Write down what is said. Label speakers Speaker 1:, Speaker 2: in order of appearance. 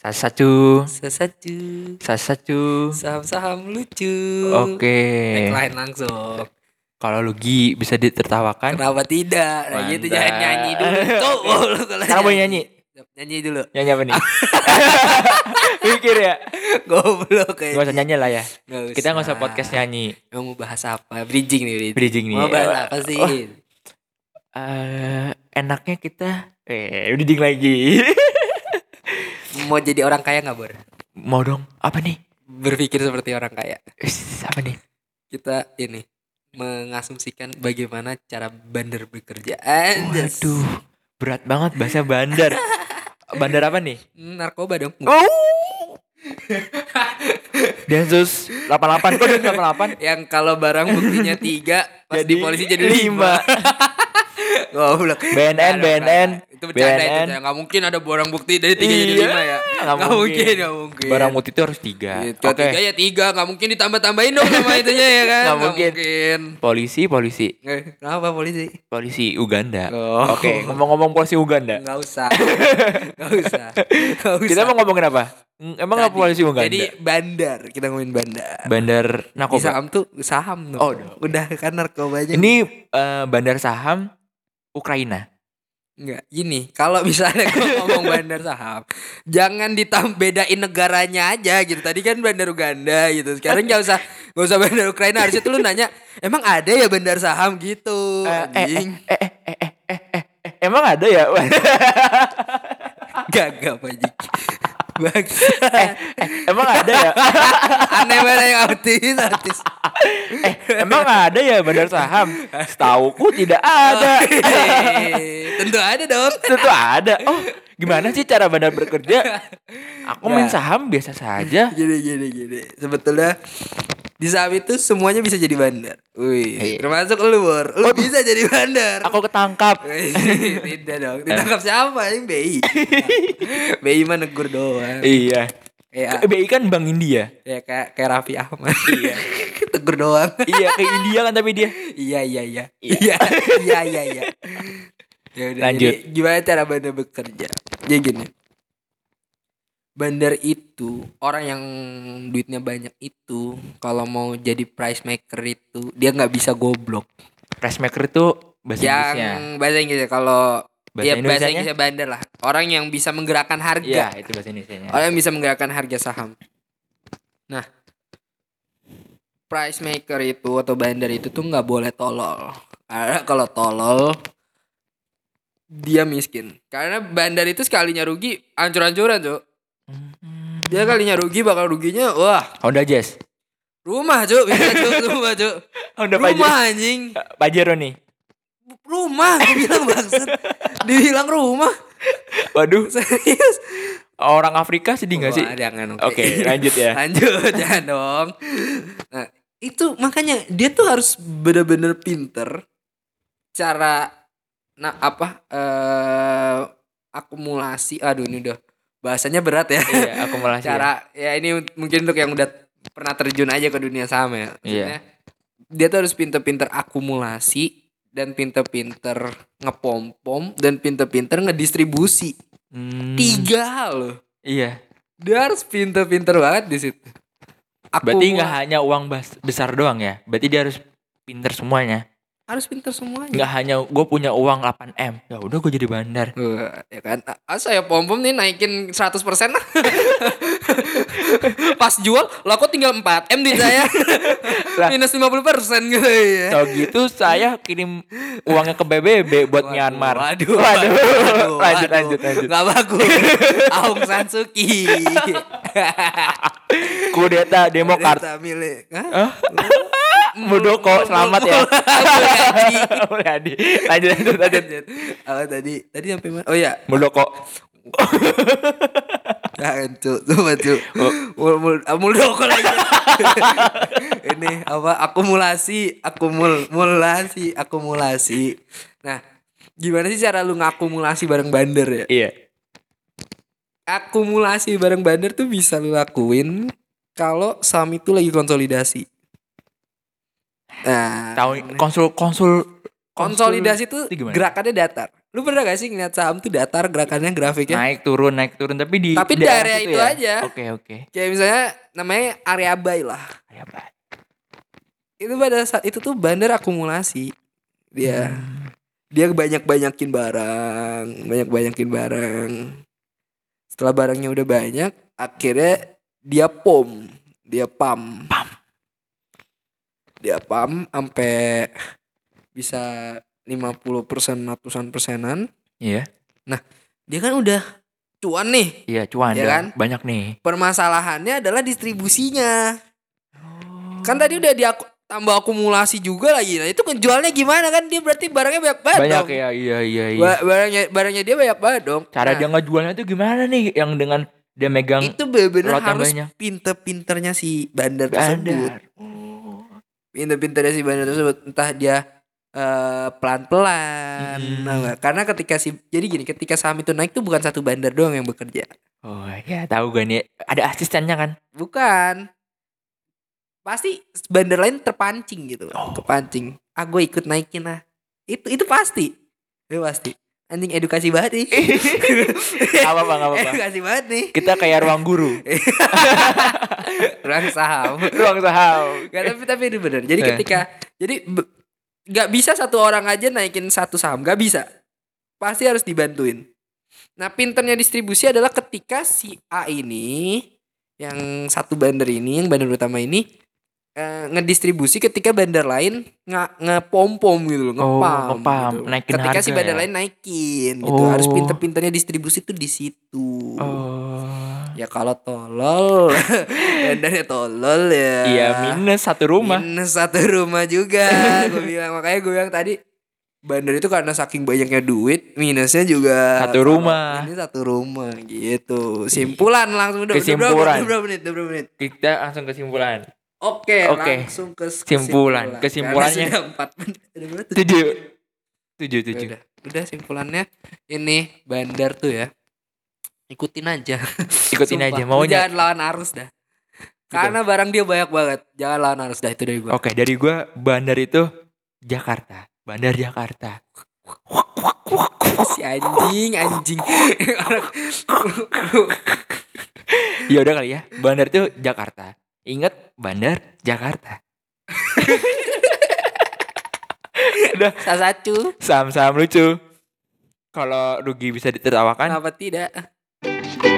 Speaker 1: Sasatu,
Speaker 2: Sesaju.
Speaker 1: sasatu.
Speaker 2: Saham-saham lucu.
Speaker 1: Oke.
Speaker 2: Tagline langsung.
Speaker 1: Kalau Lugi bisa ditertawakan.
Speaker 2: Kenapa tidak? Nah, gitu
Speaker 1: Mantap.
Speaker 2: jangan nyanyi dulu. Tuh, lu kalau
Speaker 1: Sekarang boleh nyanyi.
Speaker 2: Nyanyi dulu.
Speaker 1: Nyanyi apa nih? Pikir ya.
Speaker 2: Goblok kayak.
Speaker 1: Gak usah nyanyi lah ya.
Speaker 2: Nggak usah.
Speaker 1: Kita gak usah podcast nyanyi.
Speaker 2: Emang Mau bahas apa? Bridging nih, bridging.
Speaker 1: Bridging nih.
Speaker 2: Mau bahas apa sih?
Speaker 1: Oh, eh, enaknya kita eh bridging lagi.
Speaker 2: Mau jadi orang kaya nggak, Bor?
Speaker 1: Mau dong. Apa nih?
Speaker 2: Berpikir seperti orang kaya.
Speaker 1: Is, Apa nih?
Speaker 2: Kita ini mengasumsikan bagaimana cara bandar bekerja. Anjas.
Speaker 1: Waduh, berat banget bahasa bandar. Bandar apa nih?
Speaker 2: Narkoba dong.
Speaker 1: Oh. Densus 88 kok Densus 88
Speaker 2: Yang kalau barang buktinya tiga, pas di polisi jadi lima.
Speaker 1: lima.
Speaker 2: Goblok.
Speaker 1: BNN,
Speaker 2: Nggak
Speaker 1: BNN,
Speaker 2: ada, nggak ada. Itu bercanda itu.
Speaker 1: BNN.
Speaker 2: bercanda. Nggak mungkin ada barang bukti dari tiga jadi
Speaker 1: Iya,
Speaker 2: lima ya.
Speaker 1: nggak
Speaker 2: Nggak
Speaker 1: mungkin.
Speaker 2: mungkin, nggak mungkin.
Speaker 1: Barang bukti itu harus tiga
Speaker 2: Gitu,
Speaker 1: Oke
Speaker 2: Iya. tiga ya tiga, nggak mungkin ditambah-tambahin dong sama itunya ya kan.
Speaker 1: Nggak mungkin.
Speaker 2: mungkin.
Speaker 1: Polisi, polisi
Speaker 2: Eh, Kenapa polisi?
Speaker 1: Polisi Uganda
Speaker 2: Oh.
Speaker 1: Oke ngomong-ngomong polisi Uganda
Speaker 2: Nggak usah. Nggak usah. Nggak usah.
Speaker 1: Kita mau ngomongin apa? Mm, Emang apa
Speaker 2: Tadi-
Speaker 1: polisi Uganda?
Speaker 2: Jadi bandar, kita ngomongin bandar.
Speaker 1: bandar
Speaker 2: Di
Speaker 1: narkoba
Speaker 2: saham tuh saham dong.
Speaker 1: Oh, udah.
Speaker 2: udah kan narkoba aja.
Speaker 1: Ini eh, bandar saham Ukraina
Speaker 2: Enggak, gini, kalau misalnya gua ngomong bandar saham, jangan ditam bedain negaranya aja gitu. Tadi kan bandar Uganda gitu. Sekarang nggak usah nggak usah bandar Ukraina. Harusnya tuh lu nanya, emang ada ya bandar saham gitu?
Speaker 1: Eh, eh, eh,
Speaker 2: Anjing,
Speaker 1: eh, eh, eh, eh, eh, eh, eh, Emang ada ya?
Speaker 2: gagap anjing. Bangsa.
Speaker 1: Emang ada ya?
Speaker 2: Aneh banget yang autis, autis.
Speaker 1: Eh, emang ada ya bandar saham? Setauku tidak ada.
Speaker 2: Oh. Oke, Tentu ada dong.
Speaker 1: Tentu ada. Oh, gimana sih cara bandar bekerja? Aku
Speaker 2: Nah.
Speaker 1: main saham biasa saja.
Speaker 2: Gini, gini, gini. Sebetulnya di saham itu semuanya bisa jadi bandar.
Speaker 1: Iya.
Speaker 2: Wih, termasuk lu, Bor. Lu bisa jadi bandar.
Speaker 1: Aku ketangkap.
Speaker 2: Tidak
Speaker 1: Eh.
Speaker 2: dong. Ditangkap siapa? Ini BI. BI mah negur doang.
Speaker 1: Iya.
Speaker 2: Kayak
Speaker 1: Ke- BI kan Bank India.
Speaker 2: ya kayak kayak Raffi Ahmad. Iya. tegur doang.
Speaker 1: Iya, ke India kan tapi dia.
Speaker 2: iya iya iya. Iya iya iya iya. Ya udah,
Speaker 1: Lanjut.
Speaker 2: jadi gimana cara bandar bekerja? Jadi gini. Bandar itu orang yang duitnya banyak itu kalau mau jadi price maker itu dia nggak bisa goblok.
Speaker 1: Pressmaker itu bahasa Inggrisnya.
Speaker 2: Yang bahasa Inggris kalau
Speaker 1: iya, Bahasa
Speaker 2: ya bahasa
Speaker 1: Indonesianya?
Speaker 2: Inggrisnya bandar lah. Orang yang bisa menggerakkan harga.
Speaker 1: Iya, itu bahasa Indonesianya.
Speaker 2: Orang yang Ya. bisa menggerakkan harga saham. Nah, price maker itu atau bandar itu tuh nggak boleh tolol. Karena kalau tolol dia miskin. Karena bandar itu sekalinya rugi ancur-ancuran, Cuk. Dia kalinya rugi bakal ruginya wah,
Speaker 1: Honda Jazz.
Speaker 2: rumah, Cuk. Bisa, Cuk, rumah, Cuk.
Speaker 1: Honda Pajero.
Speaker 2: Rumah anjing.
Speaker 1: Pajero nih.
Speaker 2: Rumah, gue bilang maksud. Dibilang rumah.
Speaker 1: Waduh,
Speaker 2: Serius.
Speaker 1: orang Afrika sedih gak sih?
Speaker 2: Wah, Oh, jangan, oke.
Speaker 1: Oke, lanjut ya.
Speaker 2: lanjut jangan dong nah itu makanya dia tuh harus bener-bener pinter cara nah apa eh akumulasi aduh ini udah bahasanya berat ya
Speaker 1: Iya, akumulasi. ya.
Speaker 2: cara ya ini mungkin untuk yang udah pernah terjun aja ke dunia saham ya
Speaker 1: Iya.
Speaker 2: Maksudnya, dia tuh harus pinter-pinter akumulasi dan pinter-pinter ngepom-pom dan pinter-pinter ngedistribusi
Speaker 1: Hmm,
Speaker 2: tiga hal loh
Speaker 1: Iya.
Speaker 2: dia harus pinter-pinter banget di situ. Aku
Speaker 1: Berarti nggak hanya uang bas- besar doang ya? Berarti dia harus pinter semuanya.
Speaker 2: harus pinter semuanya.
Speaker 1: Nggak hanya gue punya uang 8 m. Ya udah gue jadi bandar.
Speaker 2: Wah, ya kan ah, saya pom pom nih naikin 100% lah pas jual lah kok tinggal 4 m duit saya
Speaker 1: Lah.
Speaker 2: minus 50% gitu ya
Speaker 1: Kalau gitu saya kirim uangnya ke BBB buat
Speaker 2: Waduh,
Speaker 1: Myanmar.
Speaker 2: Waduh,
Speaker 1: Waduh. lanjut,
Speaker 2: waduh.
Speaker 1: lanjut, lanjut.
Speaker 2: Nggak bagus. Aung San Suu Kyi.
Speaker 1: Kudeta Demokrat.
Speaker 2: Kita milik. Hah?
Speaker 1: Muldoko selamat ya.
Speaker 2: Mulyadi.
Speaker 1: Mulyadi. lanjut lanjut lanjut.
Speaker 2: Lanjut. Apa tadi? Tadi sampai mana? Oh ya,
Speaker 1: Muldoko.
Speaker 2: Jangan cu, coba cu
Speaker 1: Oh.
Speaker 2: Mul, mul, ah, muldoko lagi Ini apa, akumulasi, akumul, mulasi, akumulasi Nah, gimana sih cara lu ngakumulasi bareng bandar ya?
Speaker 1: Iya.
Speaker 2: Akumulasi bareng bandar tuh bisa lu lakuin Kalau saham itu lagi konsolidasi Nah,
Speaker 1: Tahu konsul konsul konsul-
Speaker 2: konsolidasi tuh
Speaker 1: itu gimana?
Speaker 2: gerakannya datar Lu pernah gak sih ngeliat saham tuh datar gerakannya grafiknya?
Speaker 1: Naik turun, naik turun. Tapi di
Speaker 2: ya? Tapi di
Speaker 1: daerah
Speaker 2: area
Speaker 1: situ ya?
Speaker 2: itu aja.
Speaker 1: Oke, oke. Iya,
Speaker 2: Kayak misalnya namanya area buy lah.
Speaker 1: Area buy.
Speaker 2: Itu pada saat itu tuh bandar akumulasi. Dia dia banyak-banyakin barang, banyak-banyakin barang. Setelah barangnya udah banyak, akhirnya dia pom, dia pam. Pam. Dia pam sampai bisa 50 persen, ratusan persenan.
Speaker 1: Iya.
Speaker 2: Dia kan udah cuan nih.
Speaker 1: Iya, cuan
Speaker 2: Iya
Speaker 1: dah.
Speaker 2: kan?
Speaker 1: Banyak nih.
Speaker 2: Permasalahannya adalah distribusinya. Kan tadi udah dia tambah akumulasi juga lagi. Nah, itu ngejualnya gimana kan? Dia berarti barangnya banyak banget.
Speaker 1: banyak
Speaker 2: dong.
Speaker 1: ya, iya iya iya.
Speaker 2: Ba- barangnya barangnya dia banyak banget dong.
Speaker 1: Cara
Speaker 2: Nah,
Speaker 1: dia ngejualnya tuh gimana nih yang dengan dia megang
Speaker 2: itu
Speaker 1: lot
Speaker 2: benar-benar
Speaker 1: yang
Speaker 2: harus
Speaker 1: banyak.
Speaker 2: pinter-pinternya si bandar tersebut.
Speaker 1: bandar.
Speaker 2: Pinter-pinternya si bandar tersebut entah dia eh, pelan-pelan.
Speaker 1: Mm-mm.
Speaker 2: tau nggak? Karena ketika si jadi gini, ketika saham itu naik tuh bukan satu bandar doang yang bekerja.
Speaker 1: Oh ya tahu gak nih ada asistennya kan?
Speaker 2: Bukan. Pasti bandar lain terpancing gitu.
Speaker 1: Oh.
Speaker 2: Kepancing. Ah gue ikut naikin lah. Itu itu pasti. Itu pasti. Anjing edukasi banget nih.
Speaker 1: Gak apa-apa, gak apa-apa.
Speaker 2: edukasi banget nih.
Speaker 1: Kita kayak ruang guru,
Speaker 2: Ruang saham.
Speaker 1: ruang saham.
Speaker 2: Gak, tapi tapi itu benar. Jadi
Speaker 1: Eh.
Speaker 2: ketika jadi be- nggak bisa satu orang aja naikin satu saham, nggak bisa. Pasti harus dibantuin. Nah, pinternya distribusi adalah ketika si A ini yang satu bandar ini, yang bandar utama ini eh, ngedistribusi ketika bandar lain nge- ngepom-pom gitu loh,
Speaker 1: Oh,
Speaker 2: ngepam.
Speaker 1: ngepam,
Speaker 2: gitu.
Speaker 1: naikin
Speaker 2: ketika si
Speaker 1: harga
Speaker 2: bandar
Speaker 1: ya?
Speaker 2: lain naikin gitu.
Speaker 1: Oh.
Speaker 2: Harus pinter-pinternya distribusi tuh di situ.
Speaker 1: Oh.
Speaker 2: Ya kalau tolol, bandarnya tolol ya.
Speaker 1: Iya minus satu rumah.
Speaker 2: Minus satu rumah juga. gue bilang makanya gue bilang tadi bandar itu karena saking banyaknya duit minusnya juga
Speaker 1: Satu rumah.
Speaker 2: Ini satu rumah gitu. Simpulan langsung udah udah berapa-
Speaker 1: Kesimpulan.
Speaker 2: udah berapa menit? Udah berapa menit?
Speaker 1: Kita langsung kesimpulan.
Speaker 2: Oke,
Speaker 1: Oke.
Speaker 2: langsung ke s-
Speaker 1: Simpulan. Kesimpulannya-
Speaker 2: kesimpulan. Karena sudah empat menit. Ada berapa tuh?
Speaker 1: Tujuh, tujuh, tujuh.
Speaker 2: Udah, udah simpulannya ini bandar tuh ya. Ikutin aja.
Speaker 1: Ikutin
Speaker 2: Sumpah,
Speaker 1: aja
Speaker 2: lu
Speaker 1: maunya.
Speaker 2: Jangan lawan arus dah. Karena barang dia banyak banget. Jangan lawan arus dah itu dari gua.
Speaker 1: Oke, dari gua bandar itu Jakarta. Bandar Jakarta.
Speaker 2: Si anjing, anjing. Orang-
Speaker 1: Ya udah kali ya. Bandar itu Jakarta. Ingat bandar Jakarta.
Speaker 2: Sasacu.
Speaker 1: Saham-saham lucu. Kalau rugi bisa ditertawakan.
Speaker 2: Kenapa tidak?